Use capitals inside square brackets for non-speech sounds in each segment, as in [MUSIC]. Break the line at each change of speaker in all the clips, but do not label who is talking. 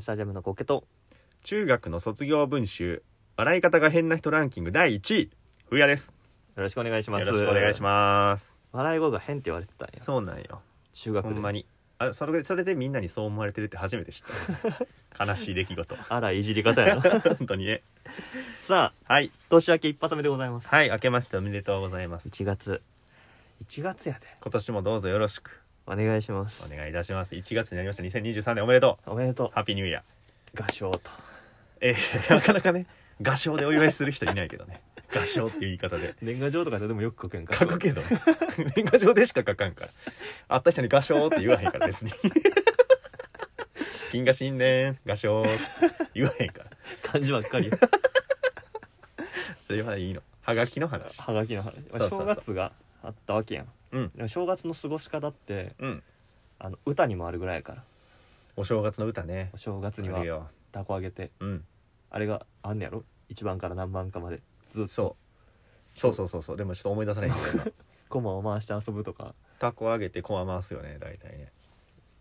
スタジアムのコケと
中学の卒業文集笑い方が変な人ランキング第1位ふうやです
よろしくお願いし
よ
ます
ろしくお願いします
笑い声が変って言われてたんや
そうなんよ
中学
ほ
で
んまにあそれそれでみんなにそう思われてるって初めて知った [LAUGHS] 悲しい出来事
あらいじり方
[LAUGHS]
やな
本当にね
さあ
はい
年明け一発目でございます
はい明けましておめでとうございます
1月1月やで
今年もどうぞよろしく
お願いします
お願いいたします1月になりました2023年おめでと
おめでと
うハッピーニューイヤー
う合唱と
えーなかなかね合唱でお祝いする人いないけどね合唱っていう言い方で
年賀状とかでもよく書くやんか
書くけど年賀状でしか書かんから会った人に「画商」って言わへんから別に「金が新年画商」言わへんから
漢字ばっ
[LAUGHS]
かり
それはいいのはがきの話
はがきの話
うそうそう
正月があったわけやん
うん
でも正月の過ごし方って
うん
あの歌にもあるぐらいやから
お正月の歌ね
お正月に
あ
は
るよ
たこ揚げて
うん
あれがあんねやろ1番から何番かまでずっと
そうそうそうそうそうでもちょっと思い出さないんだけど
コマを回して遊ぶとか
たこ揚げてコマ回すよね大体ね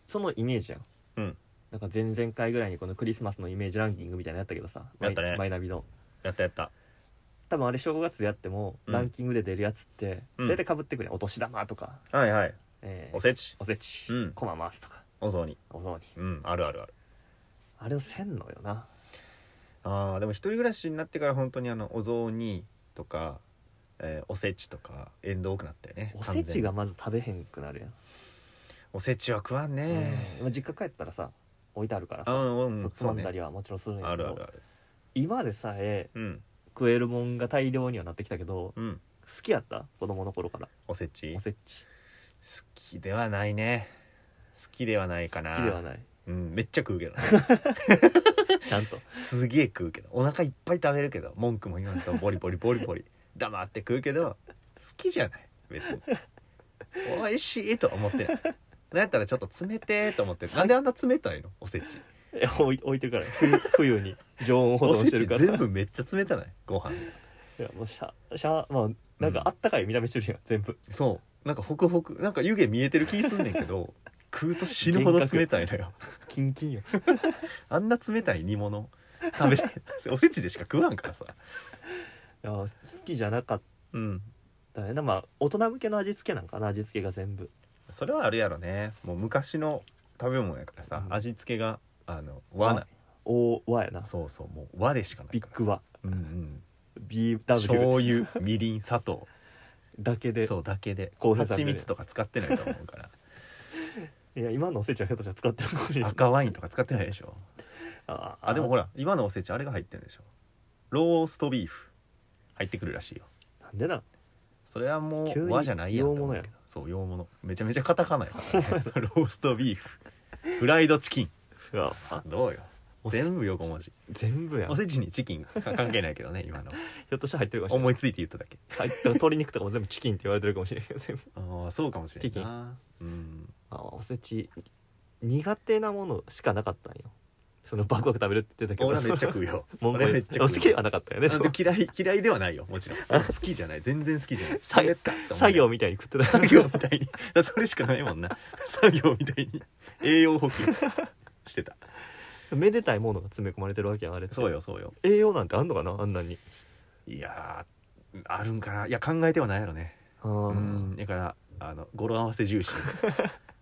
そのイメージやん
うん
なんか前々回ぐらいにこのクリスマスのイメージランキングみたいなのやったけどさ
やったね
マイマイナビの
やったやった
多分あれ正月やっても
うん
ランキングで出るやつって
うん
大体かぶってくるやんお年玉とか、
はいはい
えー
おせち
おせち、
うん
コマ回すとか
お雑煮
お雑煮
うんあるあるある
あれをせんのよな
あーでも一人暮らしになってから本当にあのお雑煮とか、えーおせちとか縁遠くなったよね
おせち
完全
が
に
まず食べへんくなるやん、
おせちは食わんね
うんまあ実家帰ったらさ置いてあるから
あ
さ、
うんう
そうんつまんだ
ね
りはもちろんするんや
あ
けど、
るあるある
今でさえ
うん
食えるもんが大量にはなってきたけど
うん
好きやった子供の頃から
おせち
お
好
せち
きではないね好きではないかな
好きではない
うん、めっちゃ食うけどね
ちゃんと
すげえ食うけどお腹いっぱい食べるけど文句も言わんとボリボリボリボリ黙って食うけど好きじゃない別に美味しいとは思ってないなんやったらちょっと冷てえと思ってるなんであんな冷たいのおせち
え [LAUGHS] 置い置いてるから冬冬に常温保
お
存
せ
してる
ち
から
全部めっちゃ冷たないご飯
いやもうしゃしゃまあなんかあったかい見た目してるやん全部
そうなんかホクホクなんか湯気見えてる気すんねんけど食うと死ぬほど冷たいのよ
キンキンよ
あんな冷たい煮物食べれおせちでしか食わんからさ
いや好きじゃなかっ
うん
たねでもまあ大人向けの味付けなんかな味付けが全部
それはあるやろねもう昔の食べ物やからさ、
うん
味付けがあの和な
大和やな
そうそうもう和でしかない
ビッ
から
グ和
うんうん、
BW
醤油みりん砂糖
だけ [LAUGHS] で
そうだけで
コーヒーさんで
蜂蜜とか使ってないと思
[LAUGHS]
うから
いや今のおせちは下手したら使ってるかもしれない
赤ワインとか使ってないでしょ
あ
あでもほら今のおせちあれが入ってるでしょローストビーフ入ってくるらしいよ
なんでな
それはも
急
う
に
和じゃないやん
洋物やん
と思うけどそう洋物めちゃめちゃカタカナやから、ね、
[LAUGHS]
ローストビーフフライドチキン
うわあ
どうよ
おせ
全部横文字
全部やん
お
ひ
せちにチキンか関係ないけどね [LAUGHS] 今の
ょっとしたら入ってるかもしれない
思いついて言っただけ
入った鶏肉とかも全部チキンって言われてるかもしれないけど全部、
ああそうかもしれないなうん
まあ、おせち苦手なものしかなかったんよそのバクバク食べるって言ってたけど
俺はめっちゃ
う
食うよ
[LAUGHS] 文
俺はめっ
句
ちゃ
お
食
好
う
き
よ
はなかったよねでも
あ嫌い嫌いではないよもちろん俺好きじゃない全然好きじゃない
作業
作業
作業みたいに食ってた
作業みたいにだからそれしかないもんな作業みたいに栄養補給してた
めでたいものが詰め込まれてるわけやんあれって
そうよそうよ
栄養なんてあんのかなあんなに
いやーあるんかないや考えてはないやろね
あ
う
ー
んだからあの語呂合わせ
[LAUGHS]
重視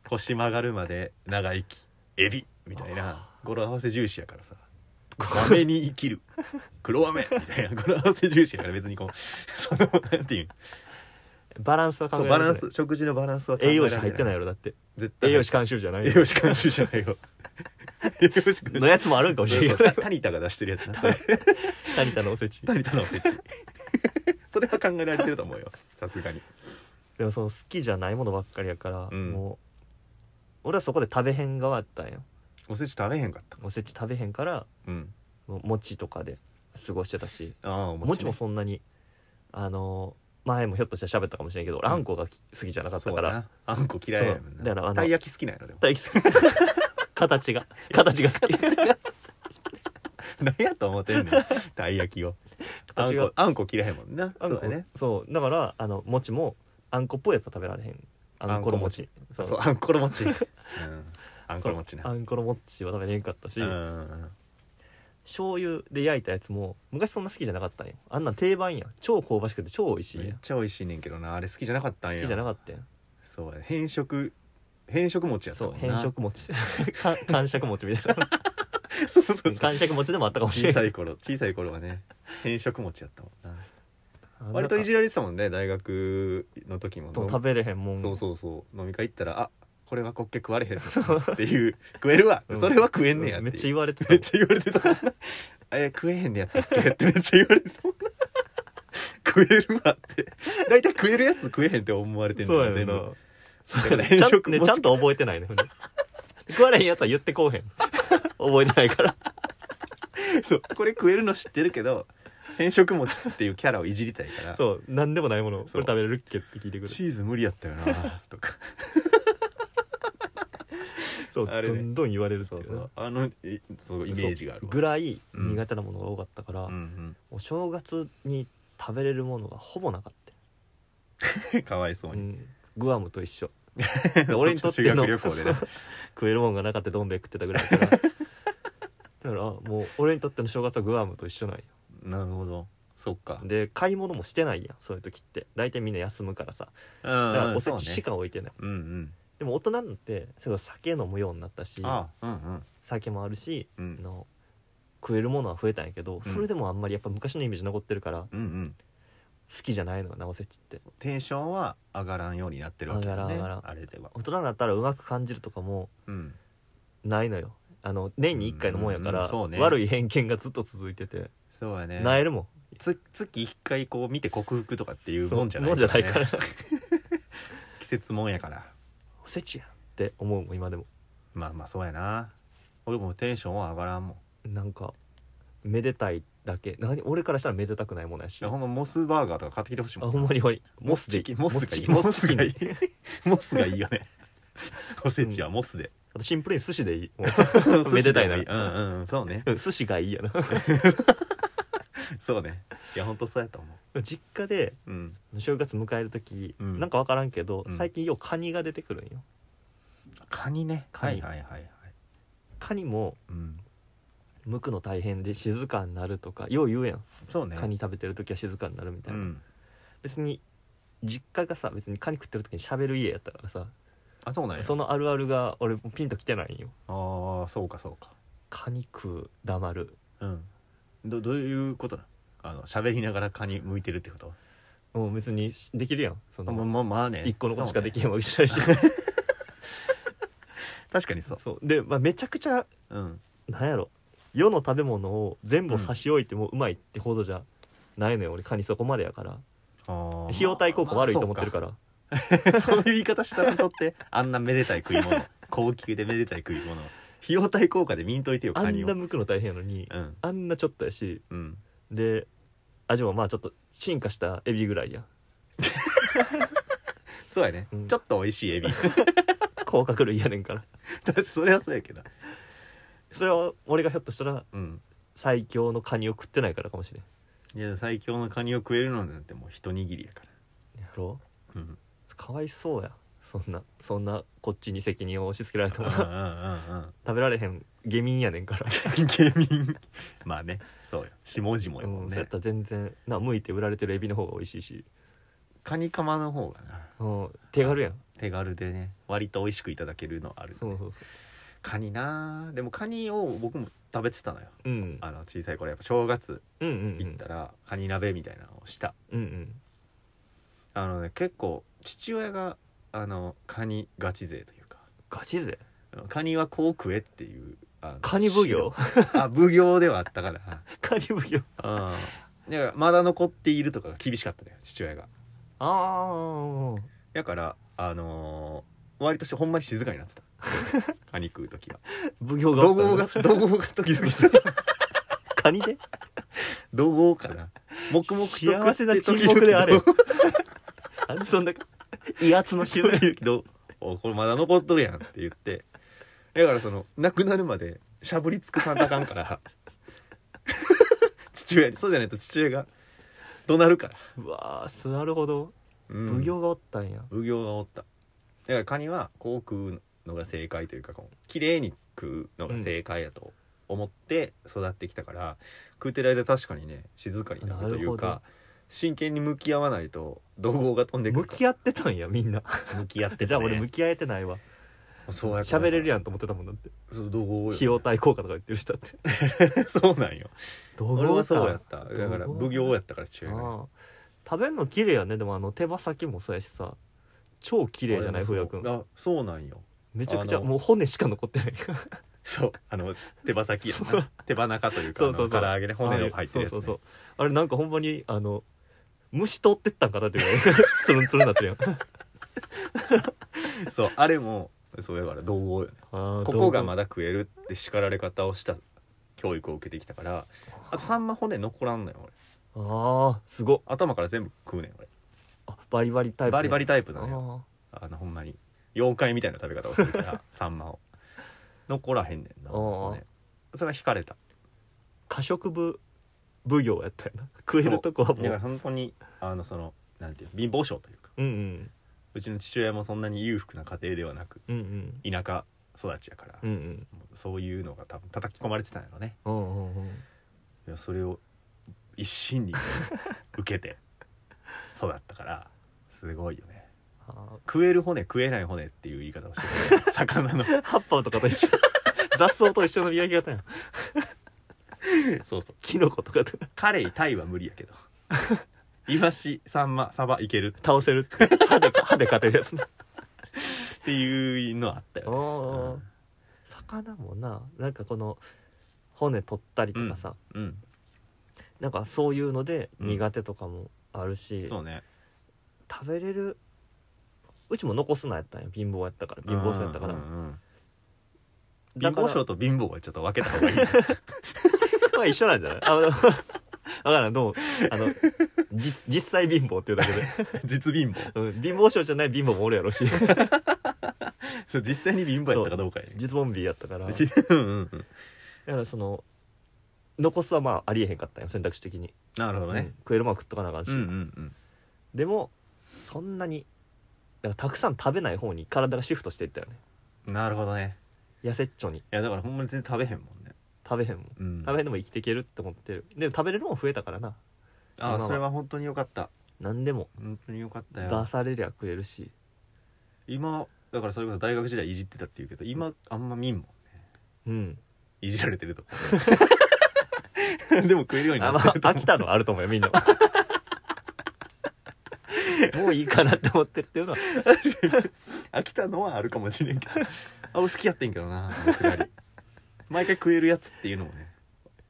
腰曲がるまで長生きエビみたいな語呂合わせ重視やからさ豆に生きる黒飴みた
[LAUGHS]
いな語呂合わせ重視やから別にこうそのなんていうん
バランスは考
そ
え
う
ら
バ
れ
ラン
てな
ス
い
食事のバランスは考えら
栄
れ
養士入ってないやろだって
絶対
栄養士監修じゃない
栄養士監修じゃ
[LAUGHS]
ないよ栄養士監
のやつもあるんかもしれ [LAUGHS]
修
ない
タニタが出してるや
[LAUGHS]
つな
タニタのおせち
タニタのおせちそれは考えられてると思うよさすがに
でもその好きじゃないものばっかりやから、
うん
もう俺はそこで食べへん側やったんよ
おせち食べへんかった
おせち食べへんから
うん
もう餅とかで過ごしてたし
ああお
餅も
ね
そんなにあの前もひょっとしたら喋ったかもしれんけど、俺あんこがき好きじゃなかった
そう
か
だ
ら
なあんこ嫌いやもん
そうだからあ
な
の
たい焼き好きなんやろでも [LAUGHS]
大好き形が形が好き
何やと思ってんねんたい焼きをあん
形が
こあんこ嫌いやもんな
あんこ
そうだね
そうだからあの餅もあんこっぽいやつは食べられへんあんころ餅そう [LAUGHS]
そうあんころ餅、うん、あんころ餅な
あんころもっちは食べれんかったし、
うん
醤油で焼いたやつも昔そんな好きじゃなかったんよあんなん定番やん超香ばしくて超美味しい
めっ
やん
ちゃ美味しいねんけどなあれ好きじゃなかったんや
好きじゃなかったやん
そうや変色変色餅やった
そ
も
うん
な
変色餅 [LAUGHS] か感触餅みたいな
[LAUGHS] そう [LAUGHS] そうそう
感触餅でもあったかもし
小
れな
さ
い
い頃小さい頃はね変色餅やったもんな割
割
と
と
い
い
じられてたもんね大学の時も
食べれへんもん
そうそうそう飲み会行ったら「あこれはコッケ食われへん」っていう「食えるわ
うん
それは食えんねや」
う
っ
ん
て
めっちゃ
いう
言われてた
めっちゃ言われてた [LAUGHS] 「え食えへんねやったっけ?」ってめっちゃ言われてた食えるわって大体食えるやつ食えへんって思われてん
そうや
全
ねんな
部
そうや
だ
ね
から
ん
変色
ちゃんね
餅
ちゃんと覚えてないね [LAUGHS] ほんで食われへんやつは言ってこうへん覚えてないから
そうこれ食えるの知ってるけど変色餅っていうキャラをいじりたいか
[LAUGHS]
ら
そう何でもないものこ
そう
れ食べれるっけって聞いてくる
チーズ無理やったよなとか
そう
あれ
ど
ね
んどん言われるって
そ
いうう
そ
な
うあのいそうイメージがある
そう
わ
ぐらい
うん
苦手なものが多かったから、
うん
お正月に食べれるものがほぼなかった、
うん、かわいそう
う
に、
ん、グアムと一 [LAUGHS] 緒で俺にとって
修 [LAUGHS]
の
学旅行でね
[LAUGHS] 食えるもんがなかったどん兵衛食ってたぐらいだ [LAUGHS] からだからもう俺にとっての正月はグアムと一緒なんよ
なるほどそっか
で買い物もしてないやんそういう時って大体みんな休むからさ
う
だから
ん
おせちしか置いてない、
うんうん
でも大人になってすごい酒飲むようになったし
あうんうん
酒もあるし、
うん
あの食えるものは増えたんやけど
うん
それでもあんまりやっぱ昔のイメージ残ってるから
うんうん
好きじゃないのよなおせちって
テンションは上がらんようになってるわけだね
上がらん上がらん
あれでは
大人になったらうまく感じるとかも
うん
ないのよあの年に1回のもんやか
うんう
ら、
んそうね
悪い偏見がずっと続いてて、
そうやね
なえるもん
つ月一回こう見て克服とかっていう
そう
もんじゃない
もんじゃないから
季節もんやから
[LAUGHS] おせちやんって思うもん今でも
まあまあそうやな俺もテンションは上がらんもんい
なんかめでたいだけ何俺からしたらめでたくないもんやし
や
あ
ほんまモスバーガーとか買ってきてほしいもん
ほんまにほんまに
モ
モ
ス
ス
で
でい
いい
い
モスがいい
モスチキン
モ
[LAUGHS]
スがいいモスがいいよねおせちはモスで、
あとシンプルに寿司でいいもうめでたいな
寿司でもうんうんうんそうね [LAUGHS]
うん寿司がいいやな
そうねいやほんとそうやと思
実家で
ううん
正月迎える時、
うん
なんか分からんけど、
うん
最近ようカニが出てくるんよ
カニね
カニ
はいはいはいはい
カニも
うん
剥くの大変で静かになるとかよう言うやん、
そうね
カニ食べてる時は静かになるみた
う
いな、
ん
別に実家がさ別にカニ食ってる時に喋る家やったからさ
あそうなんや
そのあるあるが俺もうピンときてないんよ
ああそうかそうか
カニ食う黙る
うんどどういうことなあの喋りながらカニ向いてるってこと
もう別にできるやんそ
まあ
の
まあまあね
一個のことしかできへん
そ
わ
うね
けじゃないし
確かにそう
[LAUGHS] そうで、まあ、めちゃくちゃ
うん
なんやろ世の食べ物を全部差し置いてもうまいってほどじゃないのよ俺カニそこまでやから
あー
費用対効果悪いと思ってるから
ら [LAUGHS] そういう言い方した人にと [LAUGHS] ってあんなめでたい食い物高級でめでたい食い物費用対効果で見んといてよ
あ
カニ
ん
を
な剥くの大変やのに
うん
あんなちょっとやし
うん
で味もまあちょっと進化したエビぐらいやん
そうやね、
うん
ちょっと美味しいエビ
甲殻類やねんから
私 [LAUGHS] それはそうやけど
それは俺がひょっとしたら
うん
最強のカニを食ってないからかもしれん
いや最強のカニを食えるのなんてもう一握りやか
やろう
らうん
かわいそうやそんなそんなこっちに責任を押し付けられて
うん
も
うん
食
うんうん
べられへん下民やねんから
芸人まあねそうよ下々やも
うんんそうや
ね
ったら全然な剥いて売られてるエビの方が美味しいし、
カニカマの方がな
うん、手軽やん
手軽でね割と美味しくいただけるのある
そうそうそ
カニなあでもカニを僕も食べてたのよ
ううん
あの小さい頃やっぱ正月
うんうんう
行っ
ん
たらカニ鍋みたいなのをした
うんうん
あのね結構父親があのカニガチ勢というか
ガチ勢
あのカニはこう食えっていうあの
カニ奉行
あ奉行ではあったから
カニ奉行
うんだからまだ残っているとかが厳しかったね父親が
ああ
だからあのー割としてほんまに静かにな
[LAUGHS]
ってたカニ食う時は
奉行が
怒
おった
号
の
が怒号が時々す
[LAUGHS]
る
カニで
怒号かな黙々と食って
幸せな沈黙であれ
時々
あんで [LAUGHS] そんな威圧の
時
沈
々
み
[LAUGHS] どおこれまだ残っとるやんって言ってだからその亡くなるまでしゃぶりつくさんとあかんから
[LAUGHS]
父親にそうじゃないと父親が怒鳴るから、
[LAUGHS] うわあなるほど
うん
奉行がおったんや
奉行がおっただからカニはこう食うのが正解というかこう綺麗に食うのが正解やと思って育ってきたから、食うてる間確かにね静かになるという
なるほ
か真剣に向き合わないと怒号が飛んでく
向
る
き合ってたんやみんな
向き合ってたね
じゃあ俺向き合えてないわ
そうや
喋れるや
ん
んと思ってたもんだって
怒号よ
費用対効果とか言ってる人だ [LAUGHS] って
[LAUGHS] そうなんよ
ど
俺はそうやった
どう
だから奉行やったから違うよね
ああ食べるの綺麗やねでもあの手羽先もそうやしさ超綺麗じゃない風
俺
也
も
くん
そうあそうなんよ
めちゃくちゃ
あの
もう骨しか残ってないから
そうあの手羽先やな
そう
手羽中というか
そ
あ
うそうそ
の
う
唐揚げで骨の入ってるやつ
そうそ
ね
うそうあれなんかほんまにあの虫通ってったんかなっていう [LAUGHS] ぐらいつるんつるんなってるやん
そうあれもそうやから道合よね
こ
ここがま
だ
だ食えるって叱られ方をした教育を受けてきたからあとさんま骨残らんのよ俺
あーすごっ
頭から全部食うねん俺
あバリバリタイプね、
バリバリタイプ
あ
なのよ
ー
あのほんまに妖怪みたいな食べ方をするから [LAUGHS] サンマを残らへんねんな
あー
骨それは惹かれた
過食部奉行やったよな食えるとこは
だ
も
から
う
本当にあのそのなんていう貧乏症というか
うんうん
うちの父親もそんなに裕福な家庭ではなく
うんうん
田舎育ちやから、
うんうん
もうそういうのが多分叩き込まれてたんやろね
うんうんうん
いやそれを一身に受けて [LAUGHS] 育ったからすごいよね
あ
食える骨食えない骨っていう言い方をしてる
[LAUGHS]
魚の
ー葉っぱとかと一緒 [LAUGHS] 雑草と一緒の見分け方やん
そうそう
キノコとかと
カレイタイは無理や
[LAUGHS]
けどイワシサンマサバいける
倒せるって歯で歯で勝てるや [LAUGHS] つな
っていうのあったよ
おー
うん
魚もななんかこの骨取ったりとかさ、
ねうん
なんかそういうので
うん
苦手とかもあるし、
そうね
食べれるうちも残すなやったんや貧乏やったから貧乏症やったから、
うんうんうん
だ
貧
から
乏症と貧乏はちょっと分けた
[LAUGHS]
方がいい
まあ一緒なんじゃないあの [LAUGHS] わからんどうもあのじ実際貧乏っていうだけで、 [LAUGHS]
実貧乏
うん、貧乏症じゃない貧乏もおるやろし [LAUGHS]
そう実際に貧乏やったかどうかやね
実ボンビーやったから
[LAUGHS]
だ
うんうんうん
からその残すはまあありえへんかったんよ選択肢的に、
なるほど
うん
ね
食えるもんは食っとかなあかんし、
うんうんうん
でもそんなにだからたくさん食べない方に体がシフトしていったよね
なるほどね
痩せっちょに
いやだからほんまに全然食べへんもんね、
食べへんもん
うん、
食べへんでも生きていけるって思ってるでも食べれるもん増えたからな
あ
今
あ
は
それは本当によかった
何でも
本当によかった
出
よ
されりゃ食えるし
今だからそれこそ大学時代いじってたっていうけど今あんま見んもん
うん
いじられて
[LAUGHS]
るとでも食えるように
あ
な
まあ
ってると
飽
思
きたのはあると思うよみ
[LAUGHS]
んなもういいかなって思ってるっていうのは
う [LAUGHS] 飽きたのはあるかもし
[LAUGHS]
れんけどあ俺好きやってんけどなあのくだり毎回食えるやつっていうのもね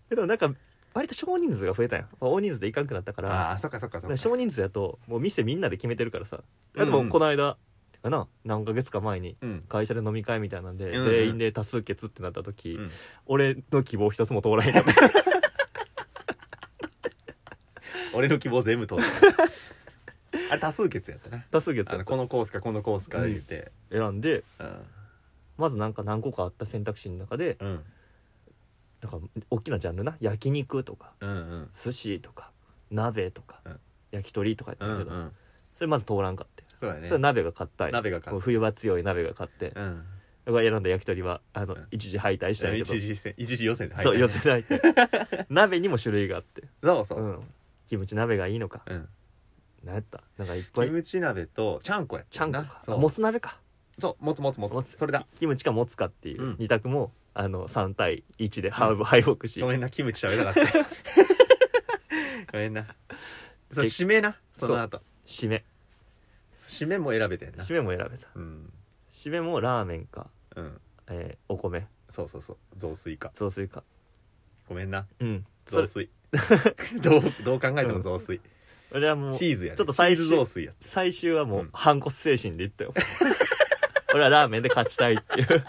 でもなんか割と少人数が増えたやんまあ大人数でいかんくなったから
ああそっかそっか
だ
そ
から
っか
少人数やともう店みんなで決めてるからさ
うん
で
うん
もこの間、てかな何ヶ月か前に
うん
会社で飲み会みたいなんで、
うんうん
全員で多数決ってなった時、
うん
俺の希望一つも通らへんかった
[LAUGHS] 俺の希望全
[LAUGHS]
部通ったあれ多数決やったな
多数決
あのこのコースかこのコースか言って
選んで
うん
まずなんか何個かあった選択肢の中で
うん
なんか大きなジャンルな焼肉とか
うんうん
寿司とか鍋とか、
うん
焼き鳥とかやった
うんん
や
う
けど、
ん
それまず通らんかって、
そうだね
それは鍋が買ったんや
鍋が買った
もう冬は強い鍋が買って、
うん
僕が選んだ焼き鳥はあの、
うん
一時敗退したんやけど
一時戦一時予選で入った
そう
ね
寄せないって
[LAUGHS]
鍋にも種類があって
そうそうそう
うんキムチ鍋がいいのか
うん
何やったなんかいっぱ
キ
い
ムチ鍋とちゃんこやっ
ち
た
ゃん
な
こか
そ
あ
う
もつ鍋か
そうもつもつも
も
つ
つ
それだ
キムチかもつかっていう
うん
2択も、あの3対1でハーブ敗北し、
ごめんなキムチ食べなかった
[LAUGHS]
ごめんなそう
け
締めなその後
締め
締めも選べてんな
締めも選べた
うん
締めもラーメンか、
うん
えーお米
そうそうそう雑炊か
雑炊か
ごめんな
うんそ
雑
れ
炊
[LAUGHS]
どうどう考えても雑炊
俺はもう
チーズやね
ちょっと最
チー
終
ズ雑炊や
最終はも
うん
う反骨精神でいった
[LAUGHS]
よ俺はラーメンで勝ちたいっていう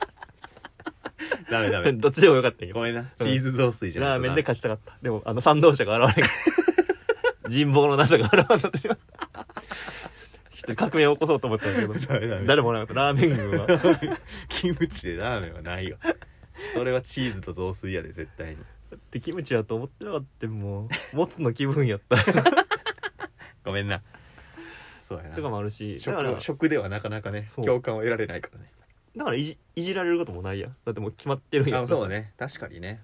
ダメ
[LAUGHS]
ダメ
どっちでもよかったんやけ
ご
ど
めんなチーズ雑炊じゃな
ラー
いと
メ
な
ンで勝ちたかったでもあの賛同者が現
[LAUGHS]
れん人望のなさが現れてしまった人革命を起こそうと思ったんだけど
ダメダメ
誰もおらなかったラーメン軍は
キムチでラーメンはないよそれはチーズと雑炊やで絶対に
でキムチやと思ってなかったもうもつの気分やった
[LAUGHS] ごめんなそうやな
とかもあるしだから
食食ではなかなかね
そう
共感を得られないからね
だからいじいじられることもないやんだってもう決まってるんや
あそうね確かにね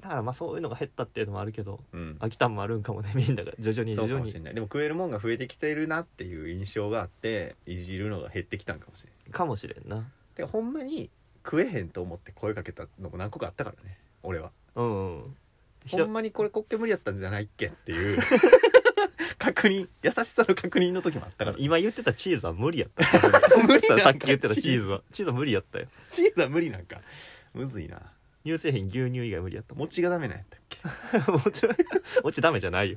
だからまあそういうのが減ったっていうのもあるけど
うん
飽きたんもあるんかもねみんなが徐々に徐
そうか
々
も
に
し
か
れ
も
ないでも食えるもんが増えてきてるなっていう印象があっていじるのが減ってきたんかもしれない
しれんな
でほんまに食えへんと思って声かけたのも何個かあったからね俺は
うん、うん、ひ
ほ
と
んまにこれ国旗無理やったんじゃないっけっていう
[LAUGHS]
確認優しさの確認の時もあったから
今言ってたチーズは無理やった
[LAUGHS]
[LAUGHS]
無
ささっき言ってた
だ
チーズはチーズは無理やったよ
チーズは無理なんかむずいな
乳製品牛乳以外無理やった [LAUGHS] も
餅がダメなんやったっ
ん
け
もちろんもちダメじゃないよ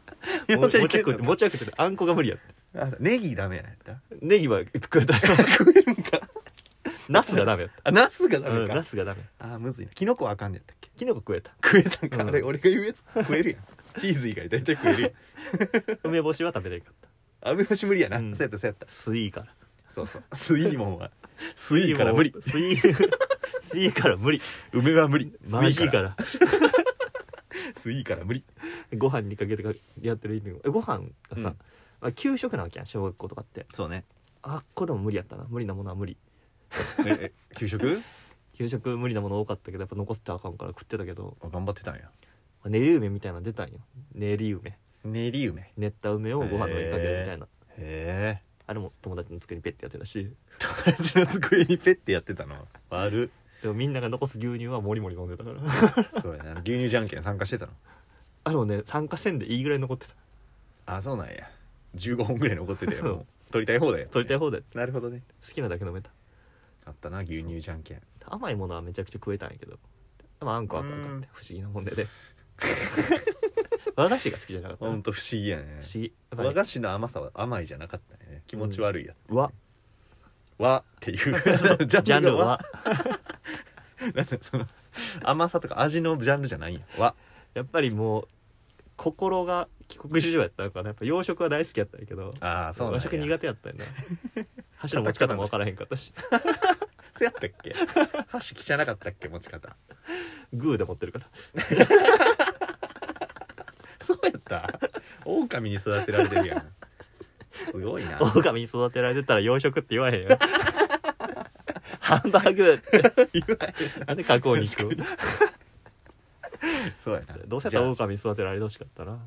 [LAUGHS]
も
餅
ち
はい
餅
けん
食
の
っ
か
てもちは食ってあんこが無理やった
あネギダメなんやった
ネギは食えたよ
食えるんか
[LAUGHS] ナスがダメやっ
あナスがダ
た、う
メ
ん、
か、
ナスがダメ
あむずいなキノコはあかんねやったっけ
キノコ食えた
食えたんか、
うん
あれ俺が言うやつ食えるやんチーズ以外大体食えるやん
梅干しは食べれんかった
あ梅干し無理やな、
うん
そうやったそうやった
スイーから
そうそうスイーモン [LAUGHS] はスイーから無理
スイー [LAUGHS] スイーから無理
梅は無理
マジ
スイー
か
から
ら
スイーから無理
ご飯にかけてかやってる意味もえご飯がさ、
うん
まあ、給食なわけやん小学校とかって
そうね
あっこでも無理やったな無理なものは無理
ねえ [LAUGHS] 給食
給食無理なもの多かったけどやっぱ残ってあかんから食ってたけど
あ頑張ってたんや
練り梅みたいなの出たんよ練り梅
練り梅へ
練った梅をご飯の上にかけるみたいな、
え
あれも友達の机にペッてやってたし
友達の机にペッてやってたの悪
でもみんなが残す牛乳はもりもり飲んでたから [LAUGHS]
そうやな牛乳じゃんけん参加してたの
あれもね参加せんでいいぐらい残ってた
あそうなんや15本ぐらい残ってて
そう
もう取りたい放題や
取りたい
い
放題
なるほどね
好きなだけ飲めた
あったな牛乳じゃんけん
甘いものはめちゃくちゃ食えたんやけどまああんこはあかんか
う
っ
ん
て不思議なもんで [LAUGHS] ね和菓子が好きじゃなかったな
ほんと不思議やね
不思議やっぱね
和菓子の甘さは甘いじゃなかったね気持ち悪いや、
和
和っていう
[LAUGHS]
そのジ
ジャ
ャン
ン
ル
ル
は
は
なんだその甘さとか味のジャンルじゃないんや和
やっぱりもう心が帰国子女やったのかなやっぱ洋食は大好きやったんやけど
ああそうなんや
和食苦手やったんやな [LAUGHS] 箸の持ち方も分からへんかった [LAUGHS] し
そうやったっけ箸汚かったっけ持ち
[LAUGHS]
方
グーで持ってるから
そうやった狼に育てられてるやんすごいな
狼に育てられてたら洋食って言わへ [LAUGHS] んよハンバーグって
言わへん
なんで加工肉を [LAUGHS]
そうやな
どうせやったら狼に育てられてほしかったな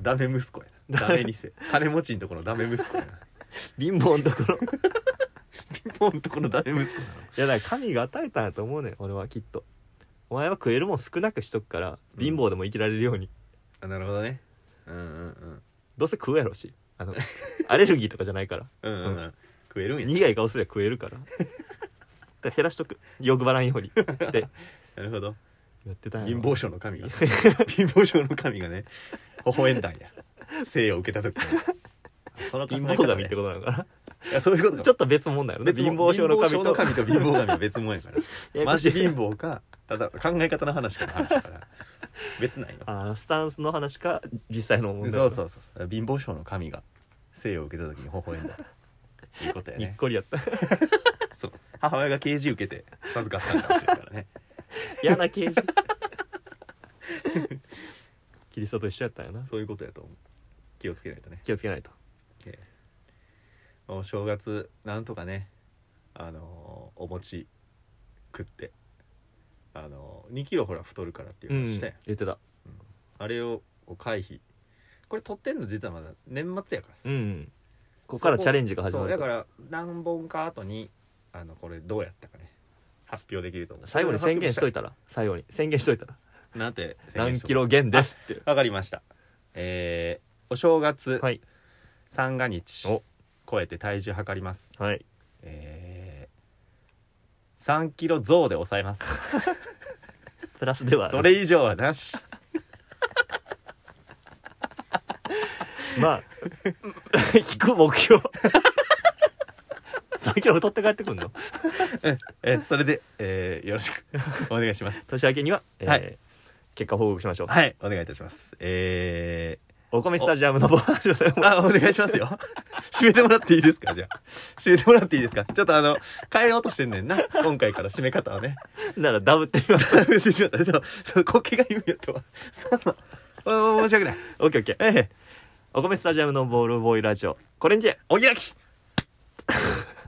ダメ
[LAUGHS]
息子やなダメ二世金持ちんとこのダメ息子やな
貧乏のところい
ピン [LAUGHS] ポンとこのダメ息子な
やだから神が与えたんやと思うねん俺はきっとお前は食えるもん少なくしとくから
うん
貧乏でも生きられるように、
のなるほどねうんうん
どうせ食うやろしあ
[LAUGHS]
のアレルギーとかじゃないから
うんうんうん、うん、食えるんや
苦い顔すりゃ食えるからだから減らしとく欲張らんようにって
なるほど
やってたんや
貧
ろ
乏症の [LAUGHS] 神が貧乏症の神がね微笑んだんや生を受けた時にその考え
貧
方ね
乏神ってことなのかな
いやそういうことか
ちょっと別問題やろね
別
貧
貧
乏
乏
症
症
の
の
神
神
と
と貧乏神は別もんやから
ややこ
マ
しい
ジ貧乏かただ考え方の話かの話から別ないよ
あースタンスの話か実際の問題
そうそうそう貧乏症の神が生を受けた時に微笑んだ [LAUGHS] いいことや
にっ
ね
こりやった
そう母親が刑事受けて授かったんかもしれんからね
嫌な刑
[LAUGHS]
事キリストと一緒やったんやな
そういうことやと思う気をつけないとね
気をつけないと
お正月なんとかねあのーお餅食ってあのー2キロほら太るからっていうう話
ん
したやん、
言ってた
あれをこう回避これ撮ってんの実はまだ年末やからさ、
うんここからチャレンジが始ま
そう
る
だから何本か後にあのこれどうやったかね発表できると思う
最後に宣言しとい
て
たら最後に宣言しといたら
なんて宣言
何
しとく
キロ減ですって
わかりましたえーお正月
はい
三が日
お
超えて体重測ります
はい
えー、3キロ増で抑えます
プラスでは
それ以上はなし
[LAUGHS] まあ引く目標3キロ太って帰ってくんの
えそれで、えーよろしくお願いします
年明けには、えー
はい
結果報告しましょう、
はいお願いいたしますえ
お米スタジアムのボールで
ー、
も
あお願いしますよ締めてもらっていいですかじゃあ締めてもらっていいですかちょっとあの変えようとしてんねんな今回から締め方はね
ならダブってみます
言ってしまったそうそうコケが言うんやったわそうそうお申し訳ない
OKOK
ええ
お米スタジアムのボールボーイラジオこれにて
お開き